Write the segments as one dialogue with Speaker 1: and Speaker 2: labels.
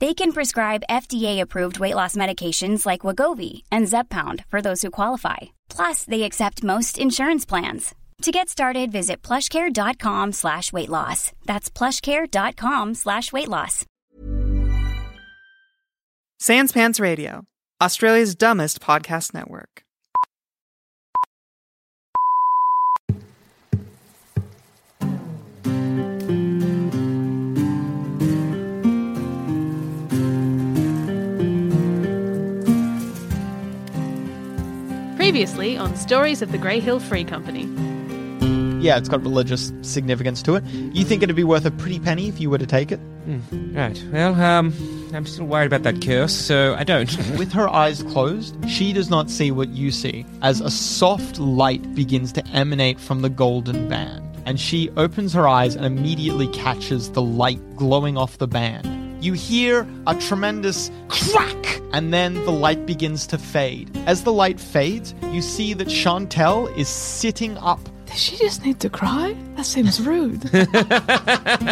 Speaker 1: They can prescribe FDA-approved weight loss medications like Wagovi and Zepbound for those who qualify. Plus, they accept most insurance plans. To get started, visit plushcare.com slash weight loss. That's plushcare.com slash weight loss.
Speaker 2: Sans Pants Radio, Australia's dumbest podcast network.
Speaker 3: Previously on Stories of the Grey Hill Free Company.
Speaker 4: Yeah, it's got religious significance to it. You think it'd be worth a pretty penny if you were to take it?
Speaker 5: Right. Well, um, I'm still worried about that curse, so I don't.
Speaker 4: With her eyes closed, she does not see what you see as a soft light begins to emanate from the golden band. And she opens her eyes and immediately catches the light glowing off the band. You hear a tremendous crack, and then the light begins to fade. As the light fades, you see that Chantel is sitting up.
Speaker 3: Does she just need to cry? That seems rude.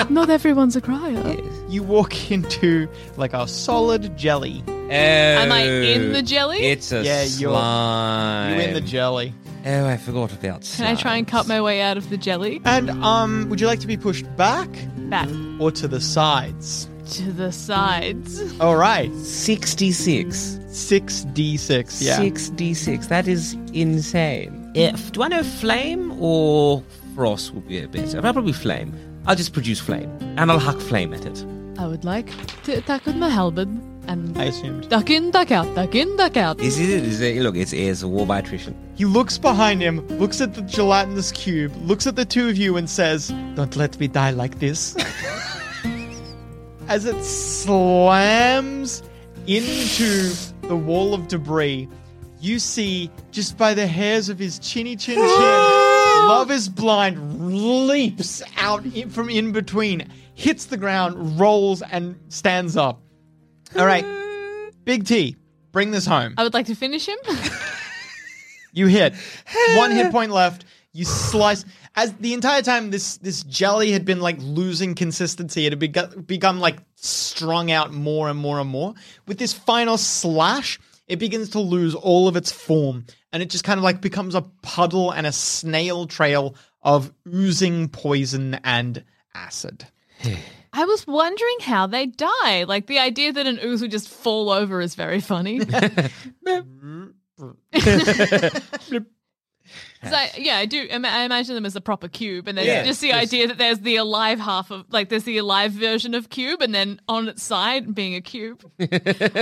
Speaker 3: Not everyone's a crier.
Speaker 4: You walk into like a solid jelly.
Speaker 5: Am
Speaker 3: I in the jelly?
Speaker 5: Oh, It's a
Speaker 4: Yeah, you're-
Speaker 5: slime.
Speaker 4: You in the jelly.
Speaker 5: Oh, I forgot about.
Speaker 3: Can I try and cut my way out of the jelly?
Speaker 4: And um, would you like to be pushed back
Speaker 3: Back
Speaker 4: or to the sides?
Speaker 3: to the sides.
Speaker 4: All right,
Speaker 5: Sixty-six.
Speaker 4: six d six. Yeah.
Speaker 5: Sixty-six. That is insane. If do I know flame or frost would be a bit? I'll probably flame. I'll just produce flame and I'll huck flame at it.
Speaker 3: I would like to attack with my halberd and
Speaker 4: I assumed.
Speaker 3: duck in, duck out, duck in, duck out.
Speaker 5: Is it? Is it? Look, it's, it's a war by attrition.
Speaker 4: He looks behind him, looks at the gelatinous cube, looks at the two of you, and says, "Don't let me die like this." As it slams into the wall of debris, you see just by the hairs of his chinny chin chin, love is blind leaps out in- from in between, hits the ground, rolls, and stands up. All right, Big T, bring this home.
Speaker 3: I would like to finish him.
Speaker 4: You hit. One hit point left. You slice. As the entire time, this this jelly had been like losing consistency. It had become, become like strung out more and more and more. With this final slash, it begins to lose all of its form, and it just kind of like becomes a puddle and a snail trail of oozing poison and acid.
Speaker 3: I was wondering how they die. Like the idea that an ooze would just fall over is very funny. 'Cause I, yeah, I do. ima- I imagine them as a proper cube, and then
Speaker 5: Yeah,
Speaker 3: just the
Speaker 5: just-
Speaker 3: idea that there's the alive half of, like, there's the alive version of cube, and then on its side being a cube,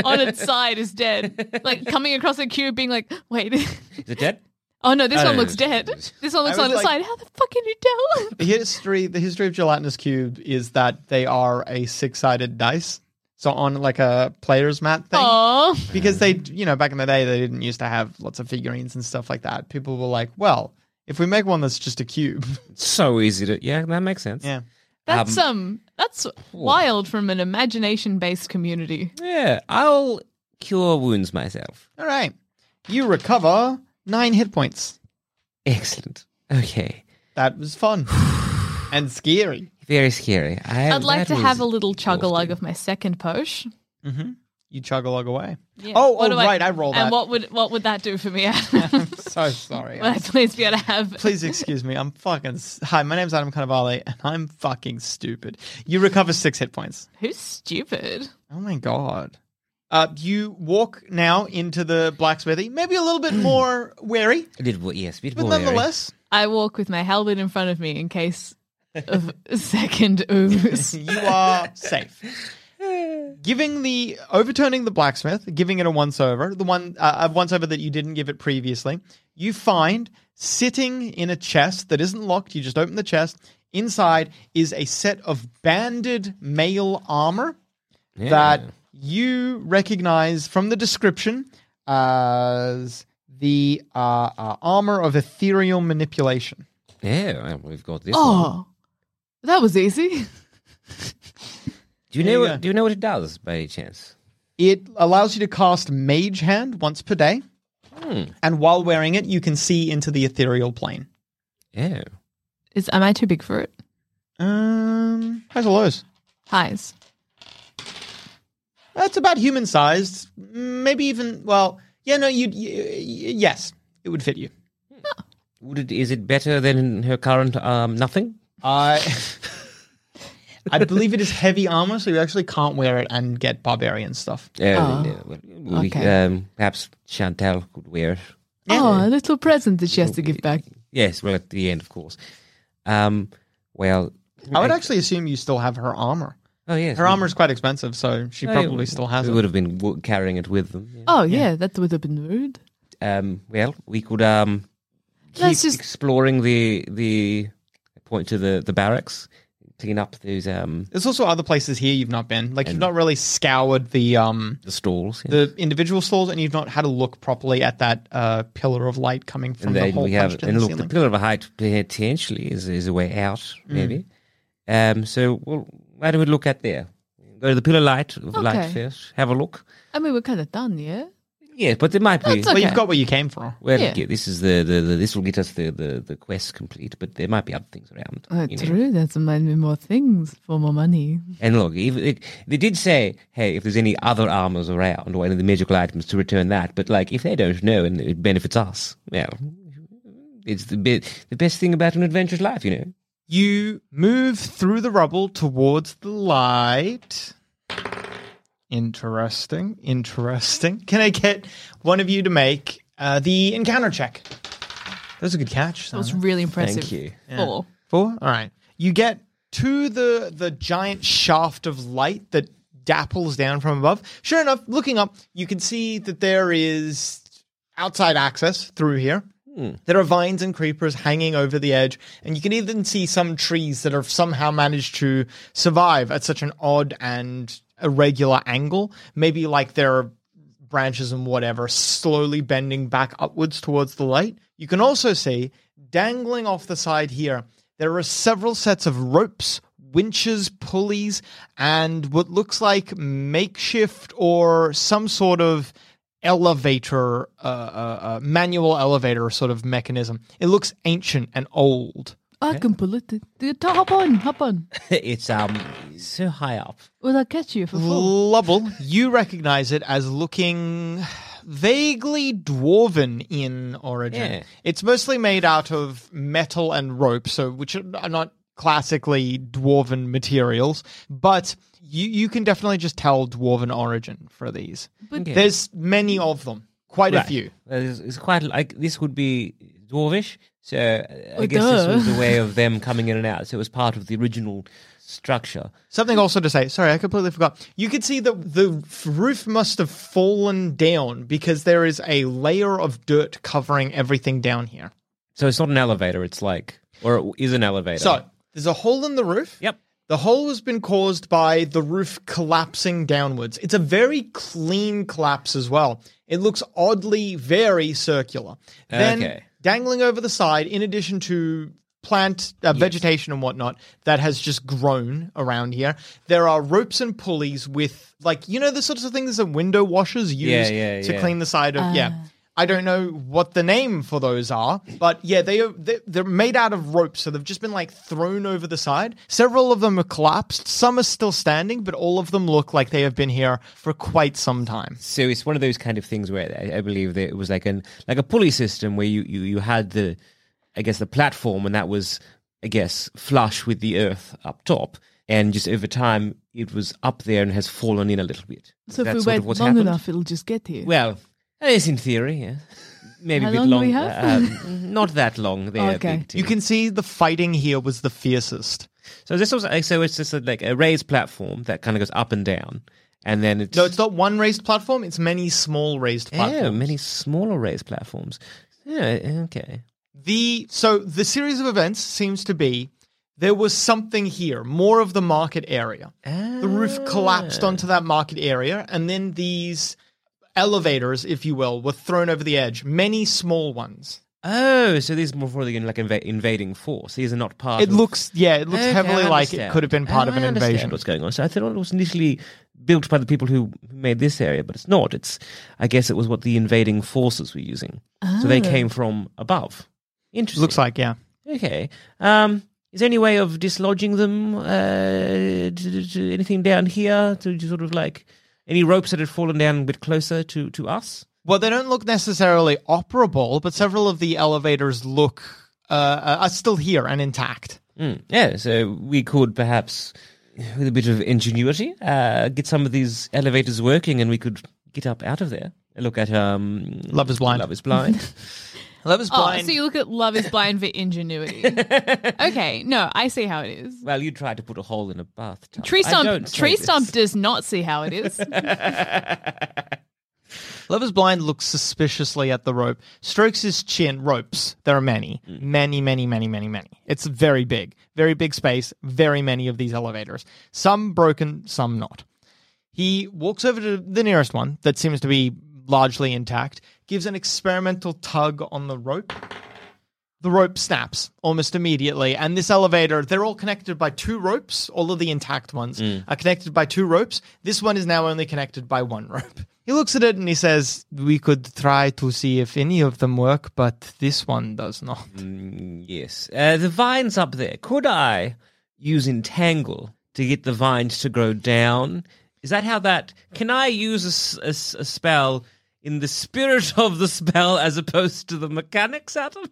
Speaker 3: on its side is dead. Like coming across a cube, being like, wait,
Speaker 5: Is it dead?
Speaker 3: oh no, this
Speaker 5: I
Speaker 3: one
Speaker 5: don't
Speaker 3: looks
Speaker 5: know.
Speaker 3: dead. This one looks
Speaker 4: was
Speaker 3: on its
Speaker 4: like-
Speaker 3: side. How the fuck can you tell?
Speaker 4: The history the history of gelatinous cube is that they are a six sided dice. So on like a player's mat thing.
Speaker 3: Oh,
Speaker 4: because they you know back in the day they didn't used to have lots of figurines and stuff like that people were like well if we make one that's just a cube
Speaker 5: So easy to. Yeah, that makes sense.
Speaker 4: yeah
Speaker 3: that's um, that's wild from an imagination-based community.
Speaker 5: Yeah, I'll cure wounds myself.
Speaker 4: all right you recover nine hit points
Speaker 5: Excellent. Okay.
Speaker 4: that was fun and scary
Speaker 5: Very scary. I,
Speaker 3: I'd like
Speaker 5: that
Speaker 3: to have a
Speaker 5: was-
Speaker 3: little chug a lug of my second posh.
Speaker 4: you chug a log away
Speaker 3: Yeah.
Speaker 4: oh,
Speaker 3: What
Speaker 4: oh
Speaker 3: do I-
Speaker 4: right I, rolled
Speaker 3: And
Speaker 4: that
Speaker 3: what would what would that do for me? Adam?
Speaker 4: i'm so sorry
Speaker 3: Would I please be able to have?
Speaker 4: please excuse me i'm fucking s- hi my name's adam cannavale and i'm fucking stupid you recover six hit points
Speaker 3: Who's stupid?
Speaker 4: oh my god Uh, you walk now into the blacksmithy, maybe a little bit more wary,
Speaker 5: I did what? Yes, bit
Speaker 4: but
Speaker 5: more.
Speaker 4: nonetheless,
Speaker 3: I walk with my halberd in front of me in case of second ooze.
Speaker 4: you are safe. Giving the overturning the blacksmith, giving it a once over, the one uh, a once over that you didn't give it previously, you find sitting in a chest that isn't locked. You just open the chest. Inside is a set of banded mail armor
Speaker 5: Yeah.
Speaker 4: that you recognize from the description as the uh, uh, armor of ethereal manipulation.
Speaker 5: Yeah, well, we've got this. one.
Speaker 3: oh, that was easy.
Speaker 5: do you
Speaker 4: there
Speaker 5: know?
Speaker 4: you
Speaker 5: what-
Speaker 4: go.
Speaker 5: do you know what it does by any chance?
Speaker 4: It allows you to cast Mage Hand once per day.
Speaker 5: Hmm.
Speaker 4: And while wearing it, you can see into the ethereal plane.
Speaker 5: Yeah.
Speaker 3: Is am I too big for it?
Speaker 4: Um, highs or lows?
Speaker 3: Highs.
Speaker 4: That's about human sized. Maybe even, well, yeah, no, you'd, y- y- yes, it would fit you.
Speaker 5: Would it? Is it better than her current um nothing?
Speaker 4: I. I believe it is heavy armor, so you actually can't wear it and get barbarian stuff.
Speaker 5: Yeah.
Speaker 3: Oh.
Speaker 5: yeah, Uh, well, we-
Speaker 3: Okay.
Speaker 5: um, perhaps Chantal could wear it.
Speaker 3: Oh, a little present that she has to give back.
Speaker 5: Yes, well, at the end, of course. Um, well,
Speaker 4: I would actually assume you still have her armor.
Speaker 5: Oh yes,
Speaker 4: Her
Speaker 5: we-
Speaker 4: armor is quite expensive, so she
Speaker 5: Oh, yeah,
Speaker 4: probably still has
Speaker 5: we
Speaker 4: it.
Speaker 5: would have been w- carrying it with them. yeah.
Speaker 3: Oh yeah, that would have been rude.
Speaker 5: Um, well, we could um, keep
Speaker 3: Let's just-
Speaker 5: exploring the the point to the the barracks, clean up those um
Speaker 4: There's also other places here you've not been. Like you've not really scoured the um
Speaker 5: the stalls. yeah.
Speaker 4: the individual stalls, and you've not had a look properly at that uh, pillar of light coming from
Speaker 5: and
Speaker 4: the
Speaker 5: then
Speaker 4: hole
Speaker 5: we have
Speaker 4: punched in
Speaker 5: and
Speaker 4: the
Speaker 5: look, the
Speaker 4: ceiling. Mm.
Speaker 5: pillar of a height potentially is is a way out, maybe. Um, so well, why do we look at there? Go to the pillar light of light
Speaker 3: Okay.
Speaker 5: first. Have a look.
Speaker 3: I mean, we're kind of done, yeah.
Speaker 5: Yeah, but there might be.
Speaker 3: That's okay.
Speaker 4: Well, you've got what you came for.
Speaker 5: Well,
Speaker 3: Yeah.
Speaker 5: yeah, this is the, the, the this will get us the, the, the quest complete, but there might be other things around.
Speaker 3: Uh,
Speaker 5: you know.
Speaker 3: true. That's might be more things for more money.
Speaker 5: And look, if it, they did say, hey, if there's any other armors around or any of the magical items, to return that. But like, if they don't know and it benefits us, well, it's the be- the best thing about an adventurous life, you know.
Speaker 4: You move through the rubble towards the light. Interesting. Interesting. Can I get one of you to make uh, the encounter check? That was a good catch.
Speaker 3: That was
Speaker 4: Simon.
Speaker 3: really impressive.
Speaker 5: Thank you.
Speaker 3: Four.
Speaker 4: Four. All right. You get to the the giant shaft of light that dapples down from above. Sure enough, looking up, you can see that there is outside access through here. There are vines and creepers hanging over the edge, and you can even see some trees that have somehow managed to survive at such an odd and irregular angle. Maybe like there are branches and whatever slowly bending back upwards towards the light. You can also see dangling off the side here, there are several sets of ropes, winches, pulleys, and what looks like makeshift or some sort of elevator, uh, uh, uh, manual elevator sort of mechanism. It looks ancient and old.
Speaker 3: I can pull it. Th- th- Hop on, hop on.
Speaker 5: it's um so high up.
Speaker 3: Will I catch you for four?
Speaker 4: Lubble, you recognize it as looking vaguely dwarven in origin.
Speaker 5: Yeah.
Speaker 4: It's mostly made out of metal and rope, so which are not classically dwarven materials, but you, you can definitely just tell dwarven origin for these.
Speaker 5: Okay.
Speaker 4: There's many of them, quite a
Speaker 5: Right.
Speaker 4: few.
Speaker 5: Well, It's, it's quite like this would be dwarvish, so uh, I
Speaker 3: Well,
Speaker 5: guess this was
Speaker 3: duh.
Speaker 5: the way of them coming in and out. So it was part of the original structure.
Speaker 4: Something also to say. Sorry, I completely forgot. You could see that the f- roof must have fallen down because there is a layer of dirt covering everything down here.
Speaker 5: So it's not an elevator. It's like, or it is an elevator.
Speaker 4: So there's a hole in the roof.
Speaker 5: yep.
Speaker 4: The hole has been caused by the roof collapsing downwards. It's a very clean collapse as well. It looks oddly very circular. Then
Speaker 5: Okay.
Speaker 4: dangling over the side, in addition to plant uh, vegetation and whatnot that has just grown around here, there are ropes and pulleys with like you know the sorts of things that window washers
Speaker 5: Yeah,
Speaker 4: use
Speaker 5: yeah,
Speaker 4: to
Speaker 5: yeah.
Speaker 4: clean the side of yeah. I don't know what the name for those are, but yeah, they are they- they're made out of rope, so they've just been like thrown over the side. Several of them are collapsed, some are still standing, but all of them look like they have been here for quite some time.
Speaker 5: So it's one of those kind of things where I, I believe that it was like an like a pulley system where you, you you had the I guess the platform and that was I guess flush with the earth up top. and just over time it was up there and has fallen in a little bit.
Speaker 6: So if
Speaker 5: That's
Speaker 6: we
Speaker 5: sort
Speaker 6: wait
Speaker 5: of
Speaker 6: long
Speaker 5: what's happened.
Speaker 6: enough, it'll just get here.
Speaker 5: Well, it's in theory, yeah. Maybe
Speaker 6: How
Speaker 5: a bit
Speaker 6: long do we
Speaker 5: longer.
Speaker 6: have?
Speaker 5: um, not that long. There,
Speaker 6: Okay.
Speaker 5: Big
Speaker 4: You
Speaker 5: Tim.
Speaker 4: can see the fighting here was the fiercest.
Speaker 5: So this was like, so it's just a, like a raised platform that kind of goes up and down, and then it's
Speaker 4: No, it's not one raised platform. It's many small raised platforms.
Speaker 5: oh, many smaller raised platforms. Yeah, okay.
Speaker 4: The so the series of events seems to be there was something here, more of the market area. The roof
Speaker 5: Ah.
Speaker 4: collapsed onto that market area, and then these elevators, if you will, were thrown over the edge. Many small ones.
Speaker 5: Oh, so these are more for the like inv- invading force. These are not part.
Speaker 4: It
Speaker 5: of...
Speaker 4: looks, yeah, it looks
Speaker 5: Okay,
Speaker 4: heavily
Speaker 5: I
Speaker 4: like it
Speaker 5: understand.
Speaker 4: could have been part
Speaker 5: Oh,
Speaker 4: of an
Speaker 5: I understand
Speaker 4: invasion.
Speaker 5: What's going on? So I thought it was initially built by the people who made this area, but it's not. It's I guess it was what the invading forces were using. So they came from above. Interesting.
Speaker 4: Ah. Looks like, yeah.
Speaker 5: okay. Um, is there any way of dislodging them? Uh, d- d- d- anything down here to just sort of like any ropes that had fallen down a bit closer to to us?
Speaker 4: Well, they don't look necessarily operable, but several of the elevators look uh, are still here and intact.
Speaker 5: Mm, yeah, so we could perhaps, with a bit of ingenuity, uh, get some of these elevators working, and we could get up out of there. Look at um,
Speaker 4: Love is blind.
Speaker 5: Love is blind.
Speaker 4: Love is
Speaker 3: Oh, so you look at Love is Blind for ingenuity. okay, no, I see how it is.
Speaker 5: well, you tried to put a hole in a bathtub.
Speaker 3: Tree
Speaker 5: I
Speaker 3: Stump,
Speaker 5: don't say
Speaker 3: Tree
Speaker 5: this.
Speaker 3: Stump does not see how it is.
Speaker 4: Love is blind looks suspiciously at the rope, strokes his chin. Ropes. There are many, many, many, many, many, many. It's very big, very big space. Very many of these elevators. Some broken, some not. He walks over to the nearest one that seems to be largely intact, gives an experimental tug on the rope. The rope snaps almost immediately, and this elevator, they're all connected by two ropes. All of the intact ones are connected by two ropes. This one is now only connected by one rope. He looks at it and he says, We could try to see if any of them work, but this one does not.
Speaker 5: Mm, yes, uh, the vines up there. Could I use entangle to get the vines to grow down? Is that how that? Can I use a s- a s- a spell in the spirit of the spell as opposed to the mechanics, Adam?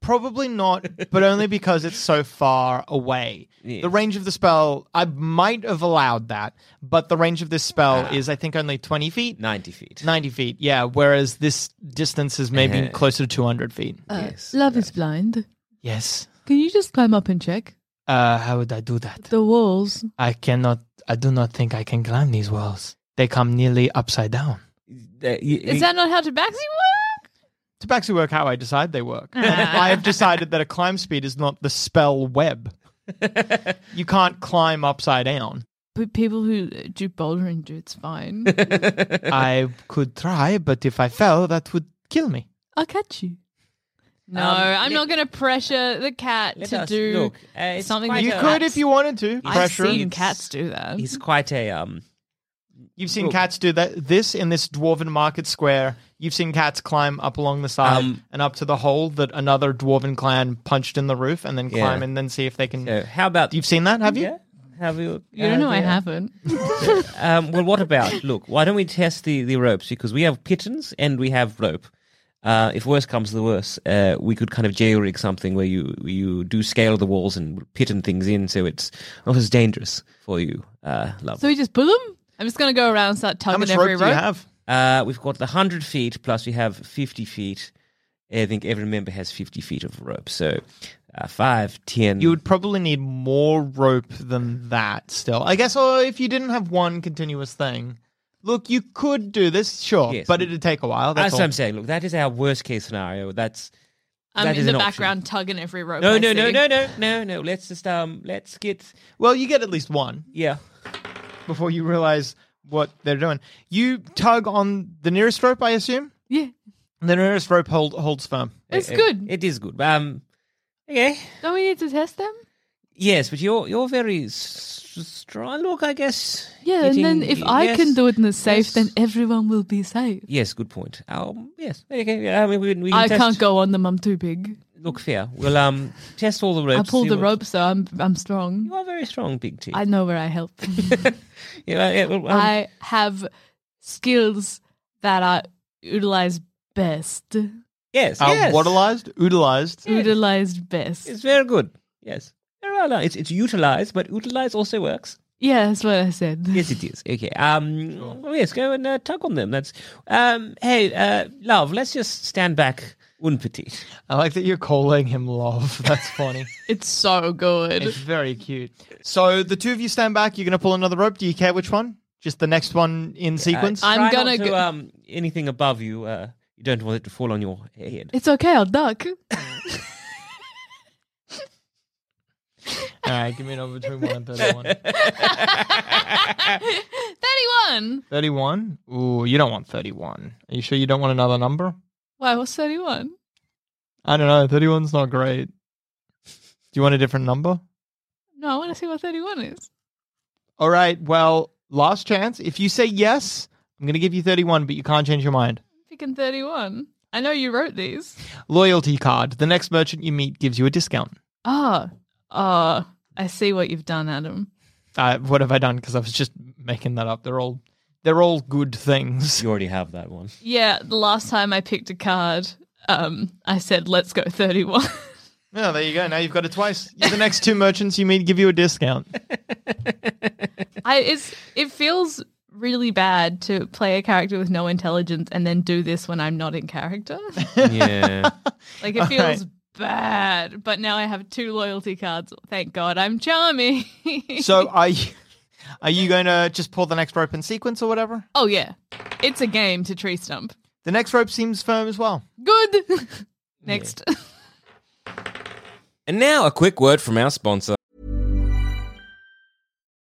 Speaker 4: Probably not, but only because it's so far away. The range of the spell, I might have allowed that, but the range of this spell is, I think, only 20 feet.
Speaker 5: Ninety feet.
Speaker 4: 90 feet, yeah, whereas this distance is maybe closer to 200 feet.
Speaker 6: Uh,
Speaker 5: Yes,
Speaker 6: love is blind.
Speaker 4: Yes.
Speaker 6: Can you just climb up and check
Speaker 4: Uh, how would I do that?
Speaker 6: the walls?
Speaker 4: I cannot, I do not think I can climb these walls. They come nearly upside down.
Speaker 5: Uh, y-
Speaker 3: Is that not how tabaxi work?
Speaker 4: Tabaxi work how I decide they work.
Speaker 5: Uh-huh.
Speaker 4: I have decided that a climb speed is not the spell web. you can't climb upside down.
Speaker 6: But people who do bouldering do it's fine.
Speaker 4: I could try, but if I fell, that would kill me.
Speaker 6: I'll catch you.
Speaker 3: No, I'm not going to pressure the cat
Speaker 5: Um, Let
Speaker 3: to
Speaker 5: us
Speaker 3: do
Speaker 5: look. Uh, it's
Speaker 3: something
Speaker 5: quite
Speaker 3: that
Speaker 4: You
Speaker 5: a-
Speaker 4: could if you wanted to.
Speaker 5: I've
Speaker 3: I've
Speaker 4: Pressure.
Speaker 3: seen
Speaker 5: It's-
Speaker 3: cats do that.
Speaker 5: He's quite a um.
Speaker 4: You've seen cats do that. This in this dwarven market square. You've seen cats climb up along the side
Speaker 5: Um,
Speaker 4: and up to the hole that another dwarven clan punched in the roof, and then
Speaker 5: Yeah.
Speaker 4: climb and then see if they can.
Speaker 5: Uh, how about
Speaker 4: You've seen that, have you?
Speaker 5: Yeah? Have you?
Speaker 3: You don't know I
Speaker 5: have you?
Speaker 3: haven't.
Speaker 5: Um, well, what about look? Why don't we test the the ropes because we have pittons and we have rope. Uh, if worse comes to the worst, uh, we could kind of jailrig something where you where you do scale the walls and pitten things in, so it's not as dangerous for you. Uh, love.
Speaker 3: So we just pull them? I'm just going to go around and start
Speaker 4: How
Speaker 3: tugging
Speaker 4: much rope
Speaker 3: every
Speaker 4: do you have?
Speaker 5: uh, we've got the hundred feet plus we have fifty feet. I think every member has fifty feet of rope, so uh, five, ten.
Speaker 4: You would probably need more rope than that. Still, I guess. Or if you didn't have one continuous thing, look, you could do this, sure,
Speaker 5: Yes.
Speaker 4: but it'd take a while. That's
Speaker 5: That's what
Speaker 4: all.
Speaker 5: I'm saying. Look, that is our worst case scenario. That's
Speaker 3: I'm
Speaker 5: That
Speaker 3: in
Speaker 5: is
Speaker 3: the
Speaker 5: an option.
Speaker 3: background tugging every rope.
Speaker 5: no,
Speaker 3: I
Speaker 5: no, no,
Speaker 3: see.
Speaker 5: no, no, no, no. Let's just um, let's get
Speaker 4: Well, you get at least one.
Speaker 5: yeah.
Speaker 4: before you realize what they're doing. You tug on the nearest rope, I assume.
Speaker 6: Yeah.
Speaker 4: The nearest rope hold, holds firm.
Speaker 3: It's
Speaker 5: Uh, uh,
Speaker 3: good.
Speaker 5: It is good. Um, okay.
Speaker 6: Don't we need to test them?
Speaker 5: Yes, but you're you're very s- s- strong. Look, I guess.
Speaker 6: Yeah, and then
Speaker 5: Getting-
Speaker 6: if I
Speaker 5: yes,
Speaker 6: can do it in a safe, then
Speaker 5: yes.
Speaker 6: everyone will be safe.
Speaker 5: Yes, good point. Um, yes. Okay. yeah, I mean, we, we can
Speaker 6: I
Speaker 5: test-
Speaker 6: can't go on them. I'm too big.
Speaker 5: Look, fair. We'll um test all the ropes.
Speaker 6: I pull
Speaker 5: see
Speaker 6: the
Speaker 5: what-
Speaker 6: ropes, so I'm I'm strong.
Speaker 5: You are very strong, Big T.
Speaker 6: I know where I help.
Speaker 5: yeah, yeah, well, um,
Speaker 6: I have skills that I utilize best.
Speaker 5: yes.
Speaker 4: Uh,
Speaker 5: yes.
Speaker 4: Waterlized, utilized.
Speaker 6: Utilized best.
Speaker 5: It's very good. Yes. There are lines. It's, it's utilize, but utilize also works.
Speaker 6: Yeah, that's what I said.
Speaker 5: Yes, it is. Okay. Um, well, yes, go and uh, tug on them. That's. Um, hey, uh, love. Let's just stand back, un petit.
Speaker 4: I like that you're calling him love. That's funny.
Speaker 3: It's so good.
Speaker 4: it's very cute. So the two of you stand back. You're going to pull another rope. Do you care which one? Just the next one in sequence?
Speaker 3: I'm
Speaker 5: Try not
Speaker 3: gonna
Speaker 5: to,
Speaker 3: go-
Speaker 5: um anything above you. Uh, you don't want it to fall on your head.
Speaker 6: It's okay, I'll duck.
Speaker 4: All right, give me a number between 1 and 31.
Speaker 3: 31.
Speaker 4: 31? Ooh, you don't want 31. Are you sure you don't want another number?
Speaker 6: Why, what's 31?
Speaker 4: I don't know. 31's not great. Do you want a different number?
Speaker 6: No, I want to see what 31 is.
Speaker 4: All right. Well, last chance. If you say yes, I'm going to give you 31, but you can't change your mind.
Speaker 6: I'm picking 31. I know you wrote these.
Speaker 4: Loyalty card. The next merchant you meet gives you a discount.
Speaker 6: Ah, ah, I see what you've done, Adam.
Speaker 4: Uh, what have I done? Because I was just making that up. They're all they're all good things.
Speaker 5: You already have that one.
Speaker 6: Yeah, the last time I picked a card, um, I said, let's go 31.
Speaker 4: Yeah, there you go. Now you've got it twice. The next two merchants you meet give you a discount.
Speaker 6: I, it's, it feels really bad to play a character with no intelligence and then do this when I'm not in character.
Speaker 5: Yeah.
Speaker 6: Like, it
Speaker 4: All
Speaker 6: feels
Speaker 4: right.
Speaker 6: bad, but now I have two loyalty cards. Thank God I'm charming.
Speaker 4: So are you, are you going to just pull the next rope in sequence or whatever?
Speaker 6: oh, yeah. It's a game to tree stump.
Speaker 4: The next rope seems firm as well.
Speaker 6: Good. Next.
Speaker 7: And now a quick word from our sponsor.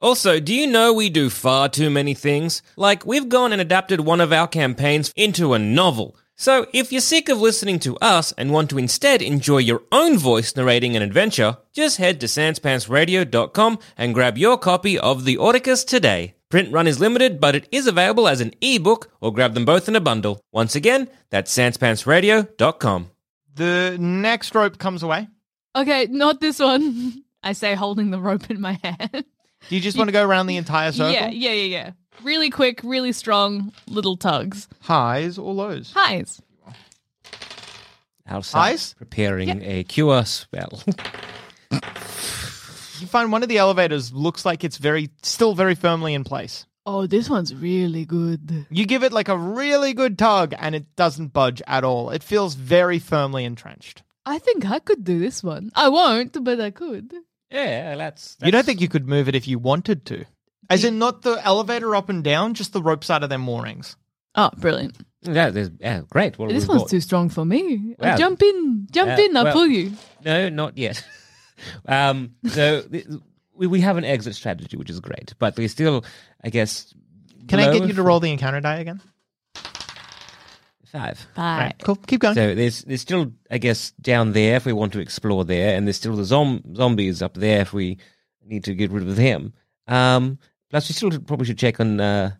Speaker 7: Also, do you know we do far too many things? Like, we've gone and adapted one of our campaigns into a novel. So, if you're sick of listening to us and want to instead enjoy your own voice narrating an adventure, just head to sanspantsradio.com and grab your copy of The Auticus today. Print run is limited, but it is available as an ebook or grab them both in a bundle. Once again, that's sanspantsradio.com.
Speaker 4: The next rope comes away.
Speaker 6: okay, not this one. I say, holding the rope in my hand.
Speaker 4: Do you just want to go around the entire circle?
Speaker 6: Yeah, yeah, yeah, yeah. Really quick, really strong little tugs.
Speaker 4: Highs or lows?
Speaker 6: Highs.
Speaker 5: Outside.
Speaker 4: Eyes?
Speaker 5: Preparing a cure spell.
Speaker 4: You find one of the elevators looks like it's very still very firmly in place.
Speaker 6: Oh, this one's really good.
Speaker 4: You give it like a really good tug and it doesn't budge at all. It feels very firmly entrenched.
Speaker 6: I think I could do this one. I won't, but I could.
Speaker 5: yeah, that's,
Speaker 4: You don't think you could move it if you wanted to. As in not the elevator up and down, just the rope side of their moorings.
Speaker 6: Oh, brilliant.
Speaker 5: Yeah, there's- yeah, great. Well,
Speaker 6: this
Speaker 5: we've
Speaker 6: one's
Speaker 5: got-
Speaker 6: too strong for me. Oh,
Speaker 5: Well,
Speaker 6: jump in. Jump
Speaker 5: uh,
Speaker 6: in. I'll
Speaker 5: well-
Speaker 6: pull you.
Speaker 5: No, not yet. um, so th- we we have an exit strategy, which is great, but we still, I guess.
Speaker 4: Can I
Speaker 5: below
Speaker 4: get you to roll the encounter die again?
Speaker 5: five?
Speaker 6: Bye.
Speaker 4: Right, cool. Keep going.
Speaker 5: So there's there's still, I guess, down there if we want to explore there, and there's still the zom- zombies up there if we need to get rid of him. Um, plus, we still probably should check on uh,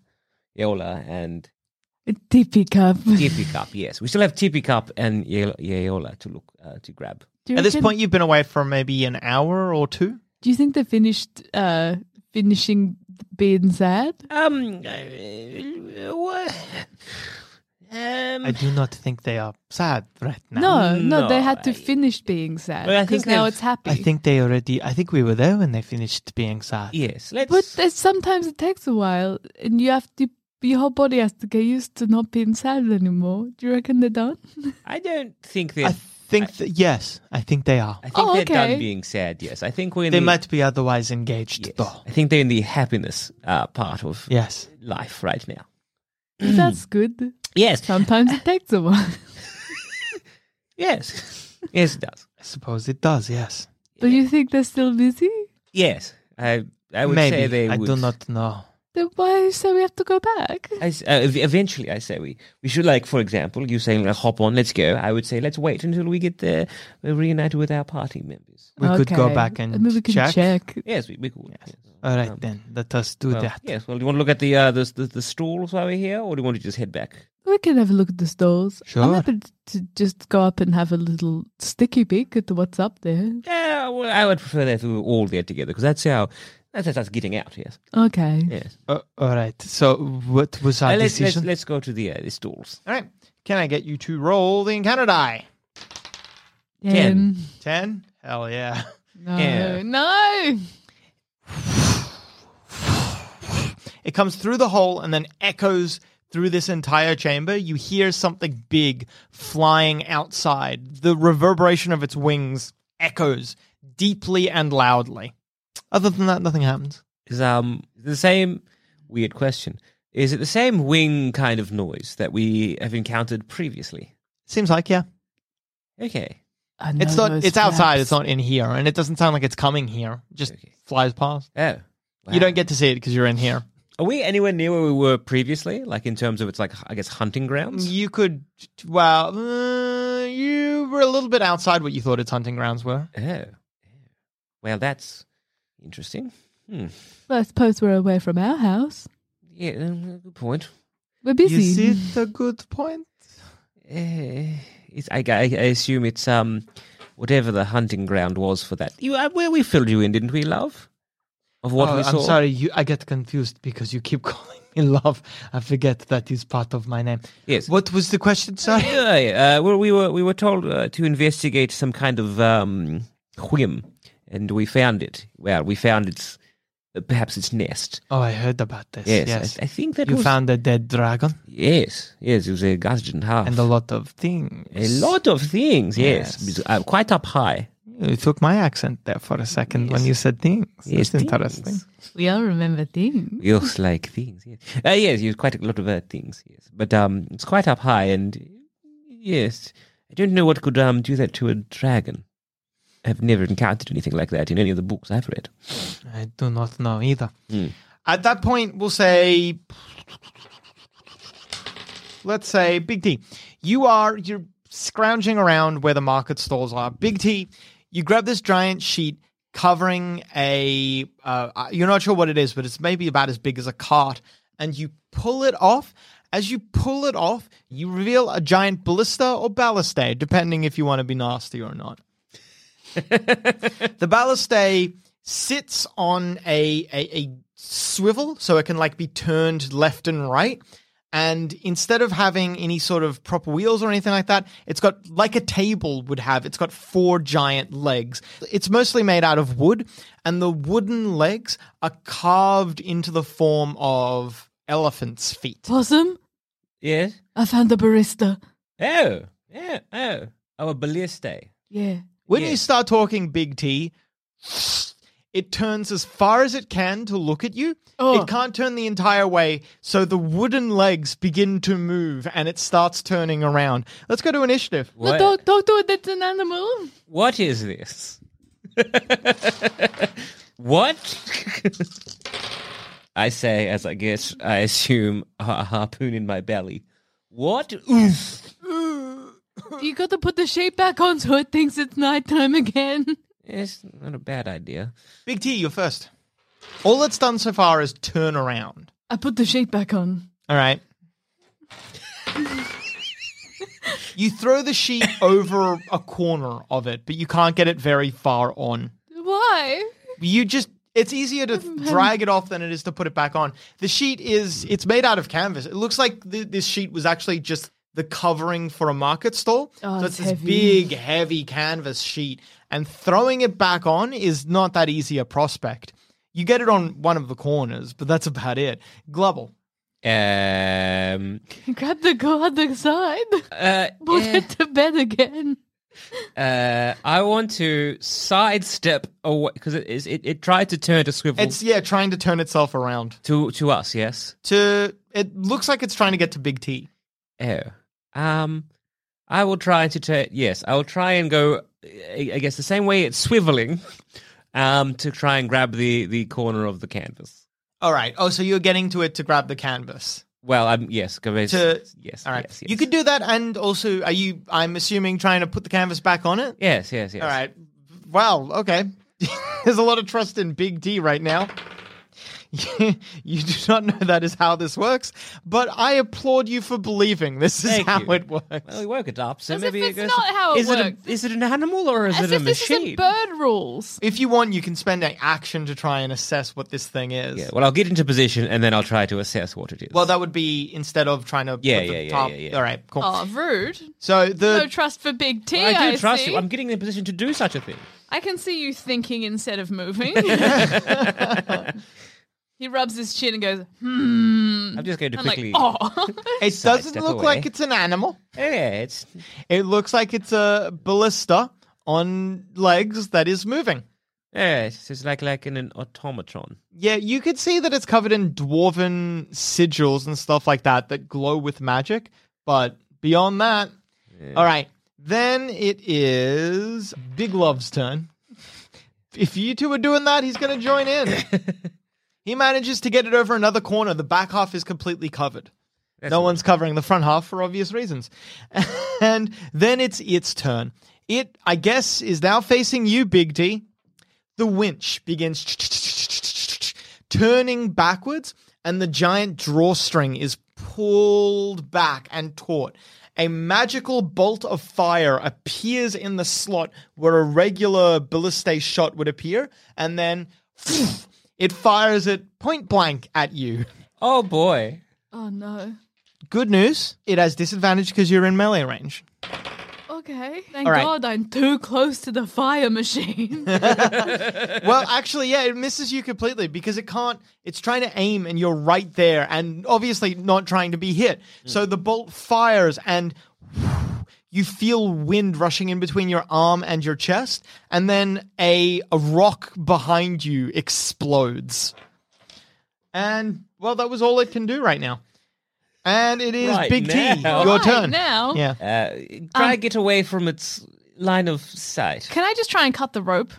Speaker 5: Yeola and
Speaker 6: Tippy cup.
Speaker 5: Tippy Cup. Yes, we still have Tippy Cup and Ye- Yeola to look uh, to grab.
Speaker 6: Do you
Speaker 4: At this
Speaker 6: reckon-
Speaker 4: point, you've been away for maybe an hour or two.
Speaker 6: Do you think they finished uh, finishing being sad?
Speaker 5: Um, uh, what? Um,
Speaker 4: I do not think they are sad right now.
Speaker 6: No, no, they had to
Speaker 5: I-
Speaker 6: finish being sad
Speaker 5: Well, I
Speaker 6: because
Speaker 5: think
Speaker 6: now
Speaker 5: they've-
Speaker 6: it's happy.
Speaker 4: I think they already. I think we were there when they finished being sad.
Speaker 5: yes, let's.
Speaker 6: but there's- sometimes it takes a while, and you have to. Your whole body has to get used to not being sad anymore. Do you reckon they don't?
Speaker 5: I don't think
Speaker 4: I
Speaker 5: they're.
Speaker 4: think th- yes. I think they are.
Speaker 5: I think
Speaker 6: Oh,
Speaker 5: they're done
Speaker 6: okay.
Speaker 5: being sad. Yes, I think we're in
Speaker 4: They
Speaker 5: the,
Speaker 4: might be otherwise engaged
Speaker 5: yes.
Speaker 4: though.
Speaker 5: I think they're in the happiness uh, part of
Speaker 4: Yes.
Speaker 5: life right now.
Speaker 6: That's good.
Speaker 5: Yes,
Speaker 6: Sometimes it takes a while.
Speaker 5: yes, yes, it does.
Speaker 4: I suppose it does. Yes.
Speaker 6: Do you think they're still busy?
Speaker 5: Yes, I I would
Speaker 4: Maybe.
Speaker 5: say they
Speaker 4: I
Speaker 5: would.
Speaker 4: do not know.
Speaker 6: Then why do you say we have to go back?
Speaker 5: I s- uh, ev- eventually, I say we we should like, for example, you saying like, hop on, let's go. I would say let's wait until we get uh, reunited with our party members.
Speaker 4: We could go
Speaker 6: Okay.
Speaker 4: back and
Speaker 6: I mean, we can
Speaker 4: check.
Speaker 6: check.
Speaker 5: Yes, we, we could. Yes.
Speaker 4: All right
Speaker 5: Um,
Speaker 4: then. Let us do
Speaker 5: well,
Speaker 4: that.
Speaker 5: Yes. Well, do you want to look at the uh, the, the the stalls while we're here, or do you want to just head back?
Speaker 6: We can have a look at the stores. I'm
Speaker 4: Sure.
Speaker 6: happy to just go up and have a little sticky peek at what's up there.
Speaker 5: Yeah. Well, I would prefer that if we were all there together because that's how that's that's us getting out. Yes.
Speaker 6: Okay.
Speaker 5: Yes.
Speaker 4: Uh, all right. So what was our
Speaker 5: Uh, let's, let's
Speaker 4: decision?
Speaker 5: let's go to the uh, the stalls.
Speaker 4: All right. Can I get you to roll the encounter die?
Speaker 5: Ten.
Speaker 6: Um,
Speaker 4: Ten. Hell yeah.
Speaker 6: No,
Speaker 5: Yeah.
Speaker 6: no.
Speaker 4: It comes through the hole and then echoes through this entire chamber. You hear something big flying outside. The reverberation of its wings echoes deeply and loudly. Other than that, nothing happens.
Speaker 5: is um the same weird question. Is it the same wing kind of noise that we have encountered previously?
Speaker 4: Seems like, yeah.
Speaker 5: Okay.
Speaker 6: I
Speaker 4: It's
Speaker 6: know
Speaker 4: not
Speaker 6: those
Speaker 4: it's outside,
Speaker 6: flaps.
Speaker 4: it's not in here, and it doesn't sound like it's coming here. It just
Speaker 5: Okay.
Speaker 4: flies past.
Speaker 5: Oh. wow.
Speaker 4: You don't get to see it because you're in here.
Speaker 5: Are we anywhere near where we were previously? Like in terms of its like I guess hunting grounds.
Speaker 4: Um, You could well uh, you were a little bit outside what you thought its hunting grounds were.
Speaker 5: Oh. Well, that's interesting. Hmm.
Speaker 6: Well, I suppose we're away from our house.
Speaker 5: Yeah. um, Good point.
Speaker 6: We're busy.
Speaker 4: a good point?
Speaker 5: Eh, it's, I, I I assume it's um whatever the hunting ground was for that. You uh, where we filled you in, didn't we, love? Of what
Speaker 4: Oh,
Speaker 5: we saw.
Speaker 4: I'm sorry, you, I get confused because you keep calling me love. I forget that is part of my name.
Speaker 5: Yes.
Speaker 4: What was the question? Sorry.
Speaker 5: Yeah, yeah, uh, well, we were we were told uh, to investigate some kind of um, whim, and we found it. Well, we found its uh, perhaps its nest.
Speaker 4: Oh, I heard about this.
Speaker 5: Yes,
Speaker 4: Yes,
Speaker 5: I, I think that
Speaker 4: you
Speaker 5: was,
Speaker 4: found a dead dragon
Speaker 5: Yes, yes, it was a Gazjan half
Speaker 4: and a lot of things.
Speaker 5: Ah. a lot of things. Yes,
Speaker 4: Yes.
Speaker 5: It's, uh, quite up high.
Speaker 4: You took my accent there for a second when
Speaker 5: Yes.
Speaker 4: you said things.
Speaker 5: Yes,
Speaker 4: It's interesting.
Speaker 5: things.
Speaker 6: We all remember things.
Speaker 5: Yes, like things. Yes, uh, yes, it was quite a lot of uh, things. Yes, but um, it's quite up high, and yes, I don't know what could um do that to a dragon. I've never encountered anything like that in any of the books I've read.
Speaker 4: I do not know either.
Speaker 5: Hmm.
Speaker 4: At that point, we'll say, let's say, Big T, you are you're scrounging around where the market stalls are. Big T, you grab this giant sheet covering a, uh, uh, you're not sure what it is, but it's maybe about as big as a cart, and you pull it off. As you pull it off, you reveal a giant ballista or ballistae, depending if you want to be nasty or not. The ballistae sits on a, a a swivel, so it can like be turned left and right. And instead of having any sort of proper wheels or anything like that, it's got like a table would have. It's got four giant legs. It's mostly made out of wood, and the wooden legs are carved into the form of elephants' feet.
Speaker 6: Possum,
Speaker 5: Yes.
Speaker 6: I found the barista.
Speaker 5: Oh, yeah, oh, oh, a ballista.
Speaker 6: Yeah.
Speaker 4: When
Speaker 5: Yeah.
Speaker 4: you start talking Big T, it turns as far as it can to look at you.
Speaker 6: Oh.
Speaker 4: It can't turn the entire way, so the wooden legs begin to move and it starts turning around. Let's go to initiative.
Speaker 6: No,
Speaker 5: What-
Speaker 6: don't, don't do it. That's an animal.
Speaker 5: what is this? what? I say as I guess I assume a harpoon in my belly. What? Oof.
Speaker 6: You got to put the shape back on so it thinks it's nighttime again.
Speaker 5: It's not a bad idea.
Speaker 4: Big T, you're first. All that's done so far is turn around.
Speaker 6: I put the sheet back on.
Speaker 4: All right. you throw the sheet over a corner of it, but you can't get it very far on.
Speaker 6: Why?
Speaker 4: You just it's easier to
Speaker 6: Mm-hmm.
Speaker 4: drag it off than it is to put it back on. The sheet is it's made out of canvas. It looks like th- this sheet was actually just the covering for a market stall.
Speaker 6: Oh,
Speaker 4: so
Speaker 6: it's
Speaker 4: it's, this
Speaker 6: heavy.
Speaker 4: big heavy canvas sheet and throwing it back on is not that easy a prospect. You get it on one of the corners, but that's about it. Glubble.
Speaker 5: Um,
Speaker 6: Grab the go other side.
Speaker 5: uh,
Speaker 6: Put
Speaker 5: eh,
Speaker 6: it to bed again.
Speaker 5: uh, I want to sidestep away because it, is- it it tried to turn to swivel
Speaker 4: It's yeah, trying to turn itself around.
Speaker 5: to to us. Yes.
Speaker 4: To it looks like it's trying to get to Big T.
Speaker 5: Oh, um, I will try to turn. Yes, I will try and go. I I guess the same way it's swiveling, um, to try and grab the the corner of the canvas.
Speaker 4: All right. Oh, so you're getting to it to grab the canvas.
Speaker 5: Well, I'm yes, go yes,
Speaker 4: To
Speaker 5: yes,
Speaker 4: All right.
Speaker 5: yes,
Speaker 4: You
Speaker 5: yes.
Speaker 4: could do that, and also, are you? I'm assuming trying to put the canvas back on it.
Speaker 5: Yes, yes, yes.
Speaker 4: All right. Wow. Okay. There's a lot of trust in Big D right now. you do not know that is how this works, but I applaud you for believing this is
Speaker 5: Thank
Speaker 4: how
Speaker 5: you.
Speaker 4: it works.
Speaker 5: Well, we woke it up, so
Speaker 6: As if
Speaker 5: maybe
Speaker 6: it's
Speaker 5: it goes.
Speaker 6: not how it
Speaker 5: is it
Speaker 6: works.
Speaker 5: a, is it an animal or is
Speaker 6: As
Speaker 5: it a
Speaker 6: if this
Speaker 5: machine?
Speaker 6: isn't bird rules.
Speaker 4: if you want, you can spend an action to try and assess what this thing is.
Speaker 5: Yeah, well, I'll get into position and then I'll try to assess what it is.
Speaker 4: Well, that would be instead of trying to
Speaker 5: Yeah,
Speaker 4: put the
Speaker 5: yeah, yeah,
Speaker 4: top.
Speaker 5: yeah, yeah.
Speaker 4: All right, cool.
Speaker 6: Oh, rude.
Speaker 4: so the
Speaker 6: No trust for Big T.
Speaker 5: I do trust
Speaker 6: see.
Speaker 5: you. I'm getting in a position to do such a thing.
Speaker 6: I can see you thinking instead of moving. he rubs his chin and goes, hmm.
Speaker 5: I'm just going to
Speaker 6: I'm
Speaker 5: quickly.
Speaker 6: like, oh.
Speaker 4: it doesn't
Speaker 5: sidestep
Speaker 4: look
Speaker 5: away.
Speaker 4: like it's an animal.
Speaker 5: Yeah, it's
Speaker 4: It looks like it's a ballista on legs that is moving.
Speaker 5: yeah, it's just like like in an automatron.
Speaker 4: Yeah, you could see that it's covered in dwarven sigils and stuff like that that glow with magic. But beyond that, all right. Then it is Big Love's turn. If you two are doing that, he's going to join in. he manages to get it over another corner. The back half is completely covered. no one's covering the front half for obvious reasons. and then it's its turn. It, I guess, is now facing you, Big D the winch begins turning backwards, and the giant drawstring is pulled back and taut. A magical bolt of fire appears in the slot where a regular ballista shot would appear, and then it fires it point blank at you.
Speaker 5: Oh boy.
Speaker 6: oh, no.
Speaker 4: Good news, it has disadvantage because you're in melee range.
Speaker 6: Okay. Thank
Speaker 4: All right.
Speaker 6: God I'm too close to the fire machine.
Speaker 4: well, actually, yeah, it misses you completely because it can't. It's trying to aim, and you're right there, and obviously not trying to be hit. So the bolt fires, and you feel wind rushing in between your arm and your chest, and then a, a rock behind you explodes. And well, that was all it can do right now. And it is
Speaker 5: Right
Speaker 4: Big T,
Speaker 5: now.
Speaker 4: your
Speaker 6: Right
Speaker 4: turn.
Speaker 6: now.
Speaker 4: Yeah.
Speaker 5: Uh, try
Speaker 6: Um,
Speaker 5: to get away from its line of sight.
Speaker 6: Can I just try and cut the rope?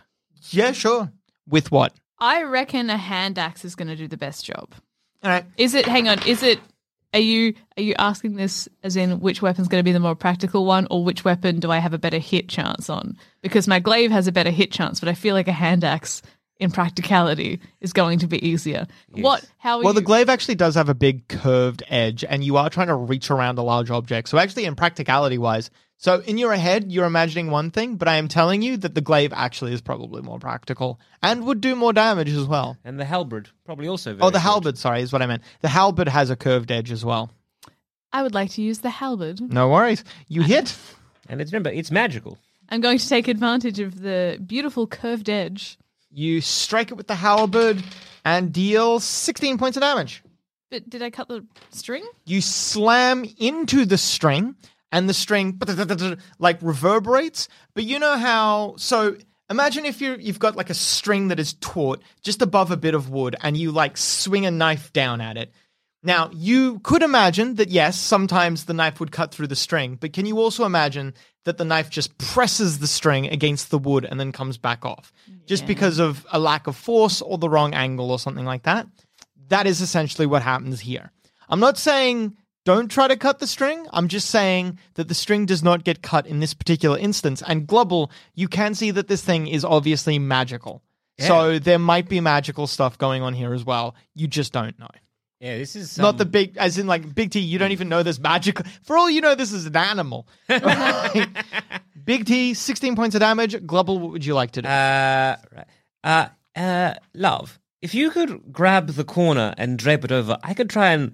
Speaker 4: Yeah, sure. With what?
Speaker 6: I reckon a hand axe is going to do the best job.
Speaker 4: All right.
Speaker 6: Is it? Hang on. Is it? Are you are you asking this as in which weapon's going to be the more practical one, or which weapon do I have a better hit chance on? Because my glaive has a better hit chance, but I feel like a hand axe in practicality is going to be easier. What? How? Are
Speaker 4: Well, the
Speaker 6: Oh, you-
Speaker 4: glaive actually does have a big curved edge, and you are trying to reach around a large object. So, actually, in practicality wise, so in your head, you're imagining one thing, but I am telling you that the glaive actually is probably more practical and would do more damage as well.
Speaker 5: And the halberd probably also. Very
Speaker 4: Oh, the
Speaker 5: short.
Speaker 4: halberd, sorry, is what I meant. The halberd has a curved edge as well.
Speaker 6: I would like to use the halberd.
Speaker 4: No worries. You hit.
Speaker 5: And it's remember it's magical.
Speaker 6: I'm going to take advantage of the beautiful curved edge.
Speaker 4: You strike it with the halberd and deal 16 points of damage.
Speaker 6: But did I cut the string?
Speaker 4: you slam into the string and the string like reverberates but you know how so imagine if you you've got like a string that is taut just above a bit of wood and you like swing a knife down at it now you could imagine that yes sometimes the knife would cut through the string but can you also imagine that the knife just presses the string against the wood and then comes back off just because of a lack of force or the wrong angle or something like that that is essentially what happens here. I'm not saying Don't try to cut the string. I'm just saying that the string does not get cut in this particular instance. And Glubble, you can see that this thing is obviously magical. So there might be magical stuff going on here as well. You just don't know.
Speaker 5: Yeah, this is
Speaker 4: Not the big, as in like Big T. You don't even know this magic. For all you know, this is an animal. big T, sixteen points of damage. Glubble, what would you like to do?
Speaker 5: Uh, right. Uh, uh, love, if you could grab the corner and drape it over, I could try and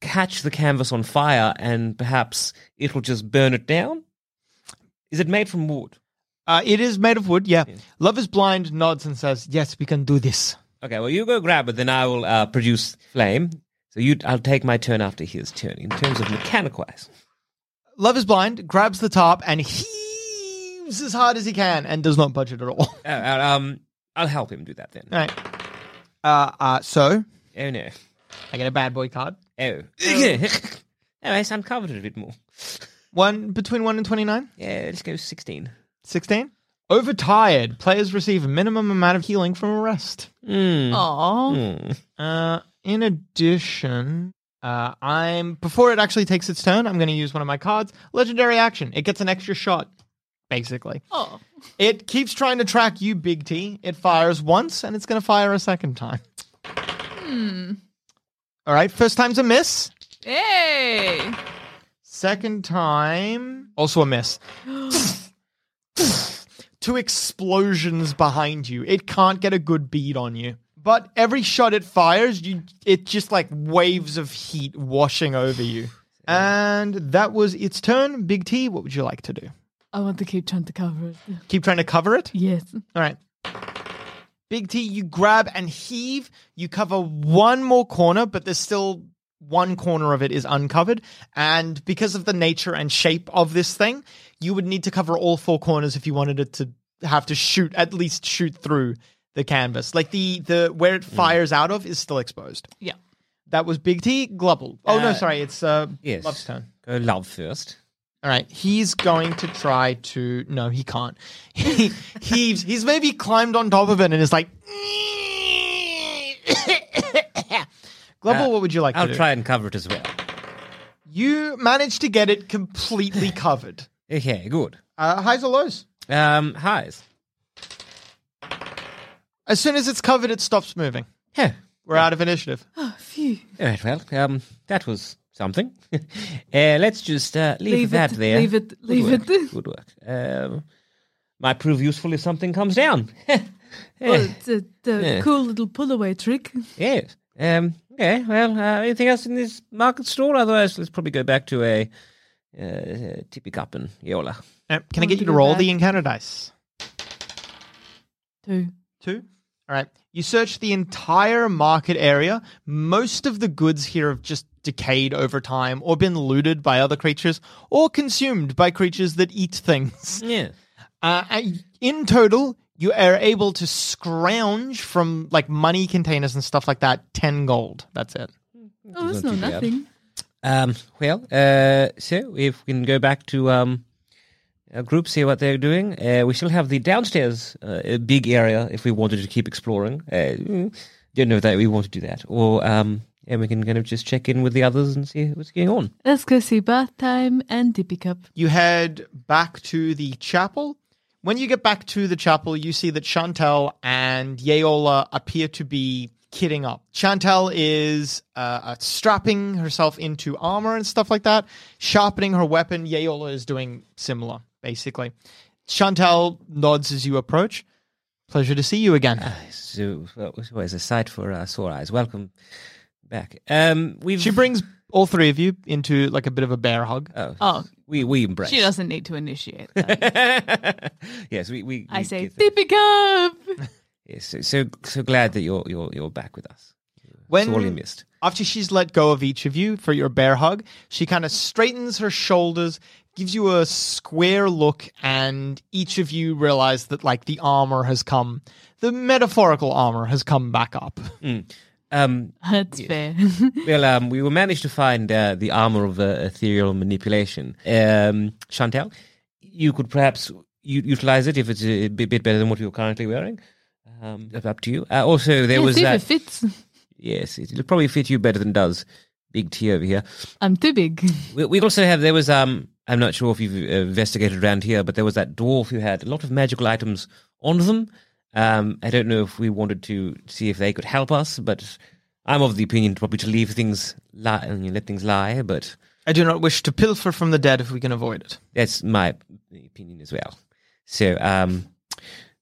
Speaker 5: catch the canvas on fire and perhaps it'll just burn it down. Is it made from wood?
Speaker 4: Uh, it is made of wood. Yeah. Love is blind. Nods and says, "Yes, we can do this."
Speaker 5: Okay, well, you go grab it, then I will uh, produce flame. So you, I'll take my turn after his turn in terms of mechanic wise.
Speaker 4: Love is blind. Grabs the top and heaves as hard as he can and does not budge it at all. all
Speaker 5: Uh, uh, um, I'll help him do that then.
Speaker 4: right. Uh, uh, so
Speaker 5: Oh no.
Speaker 4: I get a bad boy card.
Speaker 5: Oh. Anyways, I'm covered a bit more.
Speaker 4: One between one and twenty-nine.
Speaker 5: Yeah, let's go 16.
Speaker 4: 16. Overtired. Players receive a minimum amount of healing from a rest.
Speaker 3: Oh,
Speaker 5: Hmm.
Speaker 4: Uh, in addition, uh, I'm before it actually takes its turn, I'm going to use one of my cards. Legendary action. It gets an extra shot, basically.
Speaker 3: oh,
Speaker 4: It keeps trying to track you, Big T. It fires once, and it's going to fire a second time. All right, first time's a miss.
Speaker 3: hey,
Speaker 4: Second time, also a miss. Two explosions behind you. It can't get a good bead on you. But every shot it fires, you it just like waves of heat washing over you. And that was its turn. Big T, what would you like to do?
Speaker 6: I want to keep trying to cover it.
Speaker 4: Keep trying to cover it?
Speaker 6: Yes.
Speaker 4: All right. Big T, you grab and heave. You cover one more corner, but there's still one corner of it is uncovered. And because of the nature and shape of this thing, you would need to cover all four corners if you wanted it to have to shoot, at least shoot through the canvas. Like the, the where
Speaker 5: Mm.
Speaker 4: it fires out of is still exposed.
Speaker 3: yeah.
Speaker 4: That was Big T, Glubble. Oh, no,
Speaker 5: Uh,
Speaker 4: sorry. It's uh,
Speaker 5: Yes.
Speaker 4: Love's turn.
Speaker 5: Go love first.
Speaker 4: All right, he's going to try to. No, he can't. He heaves. He's maybe climbed on top of it and is like. Global,
Speaker 5: Uh,
Speaker 4: what would you like
Speaker 5: I'll
Speaker 4: to do?
Speaker 5: try and cover it as well.
Speaker 4: You managed to get it completely covered.
Speaker 5: Okay, good.
Speaker 4: Uh, highs or lows?
Speaker 5: Um, highs.
Speaker 4: As soon as it's covered, it stops moving.
Speaker 5: Yeah.
Speaker 4: We're out of initiative.
Speaker 5: All right, well, um, that was something. uh, let's just uh, leave,
Speaker 6: Leave it-
Speaker 5: that there.
Speaker 6: leave it-
Speaker 5: Good
Speaker 6: leave
Speaker 5: work,
Speaker 6: it.
Speaker 5: Good work. Um, might prove useful if something comes down.
Speaker 6: Oh, the the
Speaker 5: Yeah.
Speaker 6: cool little pull away trick.
Speaker 5: Yes. Um, okay. Well, uh, anything else in this market stall? Otherwise, let's probably go back to a uh, uh, tippy cup and Yola.
Speaker 4: Uh, can I
Speaker 6: Want
Speaker 4: get
Speaker 6: to
Speaker 4: you to
Speaker 6: go
Speaker 4: roll
Speaker 6: back?
Speaker 4: the encounter dice?
Speaker 6: Two.
Speaker 4: Two. All right. You search the entire market area. Most of the goods here have just decayed over time or been looted by other creatures or consumed by creatures that eat things.
Speaker 5: Yeah.
Speaker 4: Uh, and in total, you are able to scrounge from like money containers and stuff like that 10 gold. That's it.
Speaker 6: Oh, that's
Speaker 5: Not
Speaker 6: not
Speaker 5: too bad.
Speaker 6: nothing.
Speaker 5: Um, well, uh, so if we can go back to um, our group, see what they're doing. Uh, we still have the downstairs uh, a big area if we wanted to keep exploring. Uh, mm, don't know that we want to do that. Or um, and we can kind of just check in with the others and see what's going on.
Speaker 6: Let's go see bath time and dippy cup.
Speaker 4: You head back to the chapel. When you get back to the chapel, you see that Chantel and Yeola appear to be kidding up. Chantel is uh, uh, strapping herself into armor and stuff like that, sharpening her weapon. Yeola is doing similar, basically. Chantel nods as you approach. Pleasure to see you again.
Speaker 5: So, well, it's always a sight for uh, sore eyes. Welcome back. Um, we've
Speaker 4: She brings all three of you into like a bit of a bear hug.
Speaker 5: Oh,
Speaker 3: Oh,
Speaker 5: we we embrace.
Speaker 3: she doesn't need to initiate. That.
Speaker 5: yes, we, we
Speaker 3: I
Speaker 5: we
Speaker 3: say
Speaker 5: get that.
Speaker 3: dippy cup.
Speaker 5: Yes, so, so so glad that you're you're you're back with us.
Speaker 4: When
Speaker 5: Sorely missed.
Speaker 4: after she's let go of each of you for your bear hug, she kind of straightens her shoulders, gives you a square look, and each of you realize that like the armor has come, the metaphorical armor has come back up.
Speaker 5: Um,
Speaker 6: That's fair.
Speaker 5: well, um, we will manage to find uh, the armor of uh, ethereal manipulation. Um, Chantel, you could perhaps u- utilize it if it's a bit bit better than what you're currently wearing. Um, up- up to you. Uh, also, there
Speaker 6: yeah,
Speaker 5: was
Speaker 6: see
Speaker 5: that.
Speaker 6: if it fits.
Speaker 5: Yes, it'll probably fit you better than does Big T over here.
Speaker 6: I'm too big.
Speaker 5: We, we also have there was um I'm not sure if you've uh, investigated around here, but there was that dwarf who had a lot of magical items on them. Um, I don't know if we wanted to see if they could help us, but I'm of the opinion probably to leave things lie and let things lie. But
Speaker 4: I do not wish to pilfer from the dead if we can avoid it.
Speaker 5: that's my opinion as well. So um,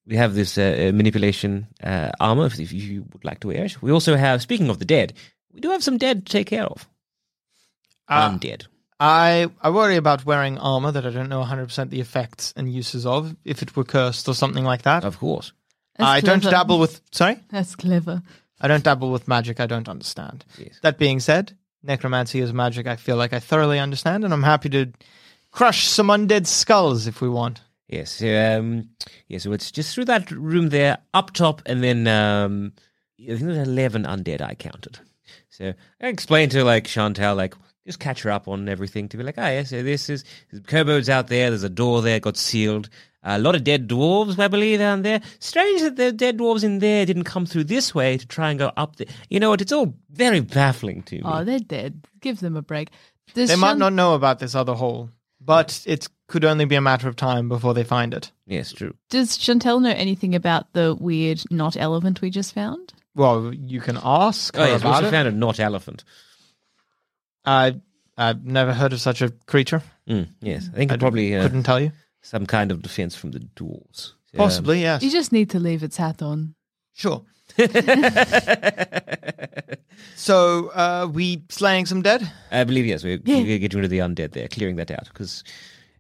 Speaker 5: we have this uh, uh, manipulation uh, armor if, if you would like to wear it. We also have, speaking of the dead, we do have some dead to take care of. I'm dead.
Speaker 4: Uh, I I worry about wearing armor that I don't know 100% the effects and uses of, if it were cursed or something like that.
Speaker 5: Of course.
Speaker 6: That's
Speaker 4: I don't
Speaker 6: clever.
Speaker 4: dabble with. Sorry?
Speaker 6: That's clever.
Speaker 4: I don't dabble with magic I don't understand.
Speaker 5: Yes.
Speaker 4: That being said, necromancy is magic I feel like I thoroughly understand, and I'm happy to crush some undead skulls if we want.
Speaker 5: Yes. so, Um, yeah, so it's just through that room there, up top, and then um, I think there's 11 undead I counted. So I explained to like Chantal, like, just catch her up on everything to be like, ah, yeah, so this is, there's kobolds out there, there's a door there, got sealed. A lot of dead dwarves, I believe, down there. Strange that the dead dwarves in there didn't come through this way to try and go up there. You know what? It's all very baffling to me.
Speaker 6: Oh, they're dead. Give them a break. Does
Speaker 4: They might
Speaker 6: Shan-
Speaker 4: not know about this other hole, but it could only be a matter of time before they find it.
Speaker 5: yes, true.
Speaker 6: Does Chantel know anything about the weird not elephant we just found?
Speaker 4: Well, you can ask
Speaker 5: Oh,
Speaker 4: her
Speaker 5: yes, we
Speaker 4: about
Speaker 5: also
Speaker 4: it.
Speaker 5: found a not elephant.
Speaker 4: I I've never heard of such a creature.
Speaker 5: Mm, yes, I think
Speaker 4: I
Speaker 5: probably uh,
Speaker 4: couldn't tell you.
Speaker 5: some kind of defense from the dwarves. Um,
Speaker 4: Possibly, yes.
Speaker 6: You just need to leave its hat on.
Speaker 4: Sure. so, uh, we slaying some dead?
Speaker 5: I believe yes. We're,
Speaker 6: Yeah.
Speaker 5: we're getting rid of the undead there, clearing that out. Because,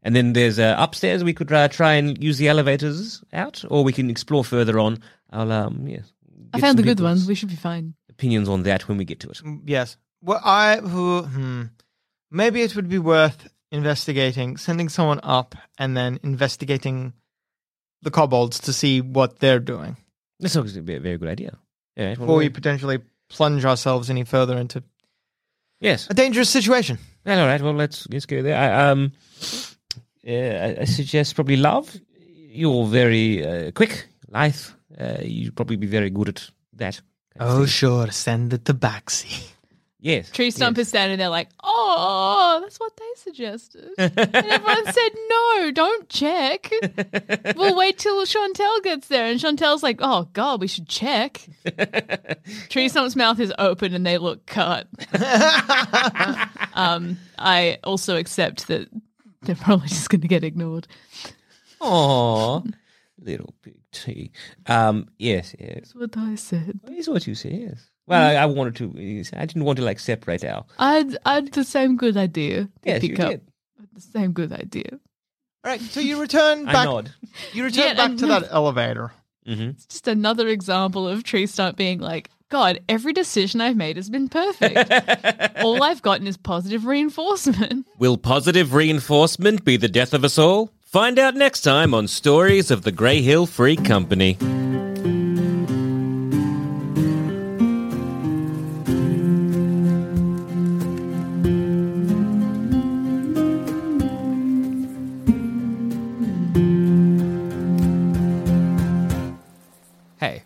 Speaker 5: and then there's uh, upstairs. We could uh, try and use the elevators out, or we can explore further on. I'll um yes.
Speaker 6: I
Speaker 5: get
Speaker 6: found the
Speaker 5: some
Speaker 6: good
Speaker 5: people's
Speaker 6: ones. We should be fine.
Speaker 5: Opinions on that when we get to it.
Speaker 4: Mm, Yes. Well, I who hmm, maybe it would be worth investigating, sending someone up, and then investigating the kobolds to see what they're doing
Speaker 5: This is obviously a very good idea. All right, well, uh,
Speaker 4: before we
Speaker 5: we-
Speaker 4: potentially plunge ourselves any further into
Speaker 5: yes.
Speaker 4: a dangerous situation.
Speaker 5: Well, all right. Well, let's let's go there. I, um, yeah, I, I suggest probably love. You're very uh, quick. Life. Uh, you'd probably be very good at that.
Speaker 4: Oh, sure, send the tabaxi.
Speaker 5: yes.
Speaker 6: Tree Stump is standing there like, oh, that's what they suggested. and everyone said, no, don't check. We'll wait till Chantel gets there. And Chantel's like, oh, God, we should check. Tree Stump's mouth is open and they look cut. um, I also accept that they're probably just going to get ignored.
Speaker 5: Aw, little big T. Um, yes, yes.
Speaker 6: That's what I said.
Speaker 5: That is what you say, yes. Well,
Speaker 6: Mm.
Speaker 5: I, I wanted to, I didn't want to like separate our.
Speaker 6: I had, I had the same good idea. to
Speaker 5: Yes, you
Speaker 6: pick up.
Speaker 5: did.
Speaker 6: The same good idea.
Speaker 4: All right, so you return
Speaker 5: I
Speaker 4: back.
Speaker 5: nod.
Speaker 4: You return
Speaker 6: Yeah,
Speaker 4: back
Speaker 6: and-
Speaker 4: to that elevator.
Speaker 6: It's just another example of Tree Stump being like, God, every decision I've made has been perfect. all I've gotten is positive reinforcement.
Speaker 7: Will positive reinforcement be the death of us all? Find out next time on Stories of the Grey Hill Free Company.
Speaker 8: Hey,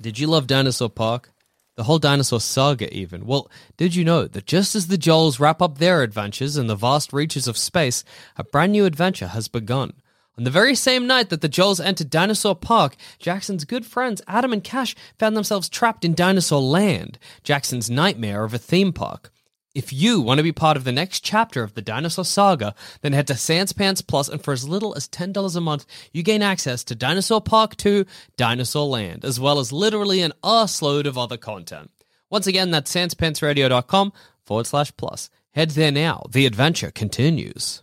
Speaker 8: did you love Dinosaur Park? The whole dinosaur saga, even. Well, did you know that just as the Joels wrap up their adventures in the vast reaches of space, a brand new adventure has begun? On the very same night that the Joels entered Dinosaur Park, Jackson's good friends Adam and Cash found themselves trapped in Dinosaur Land, Jackson's nightmare of a theme park. If you want to be part of the next chapter of the Dinosaur Saga, then head to Sans Pants Plus, and for as little as $10 a month, you gain access to Dinosaur Park 2, Dinosaur Land, as well as literally an arse load of other content. Once again, that's sanspantsradio.com forward slash plus. Head there now. The adventure continues.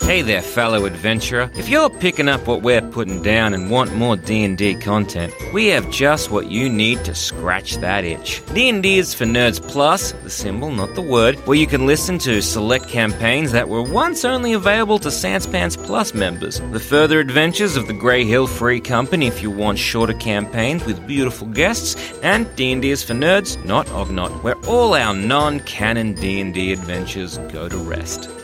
Speaker 7: Hey there, fellow adventurer. If you're picking up what we're putting down and want more D&D content, we have just what you need to scratch that itch. D&D is for Nerds Plus, the symbol, not the word, where you can listen to select campaigns that were once only available to Sanspans Plus members. The further adventures of the Grey Hill Free Company if you want shorter campaigns with beautiful guests, and D&D is for Nerds, not Ognot, where all our non-canon D&D adventures go to rest.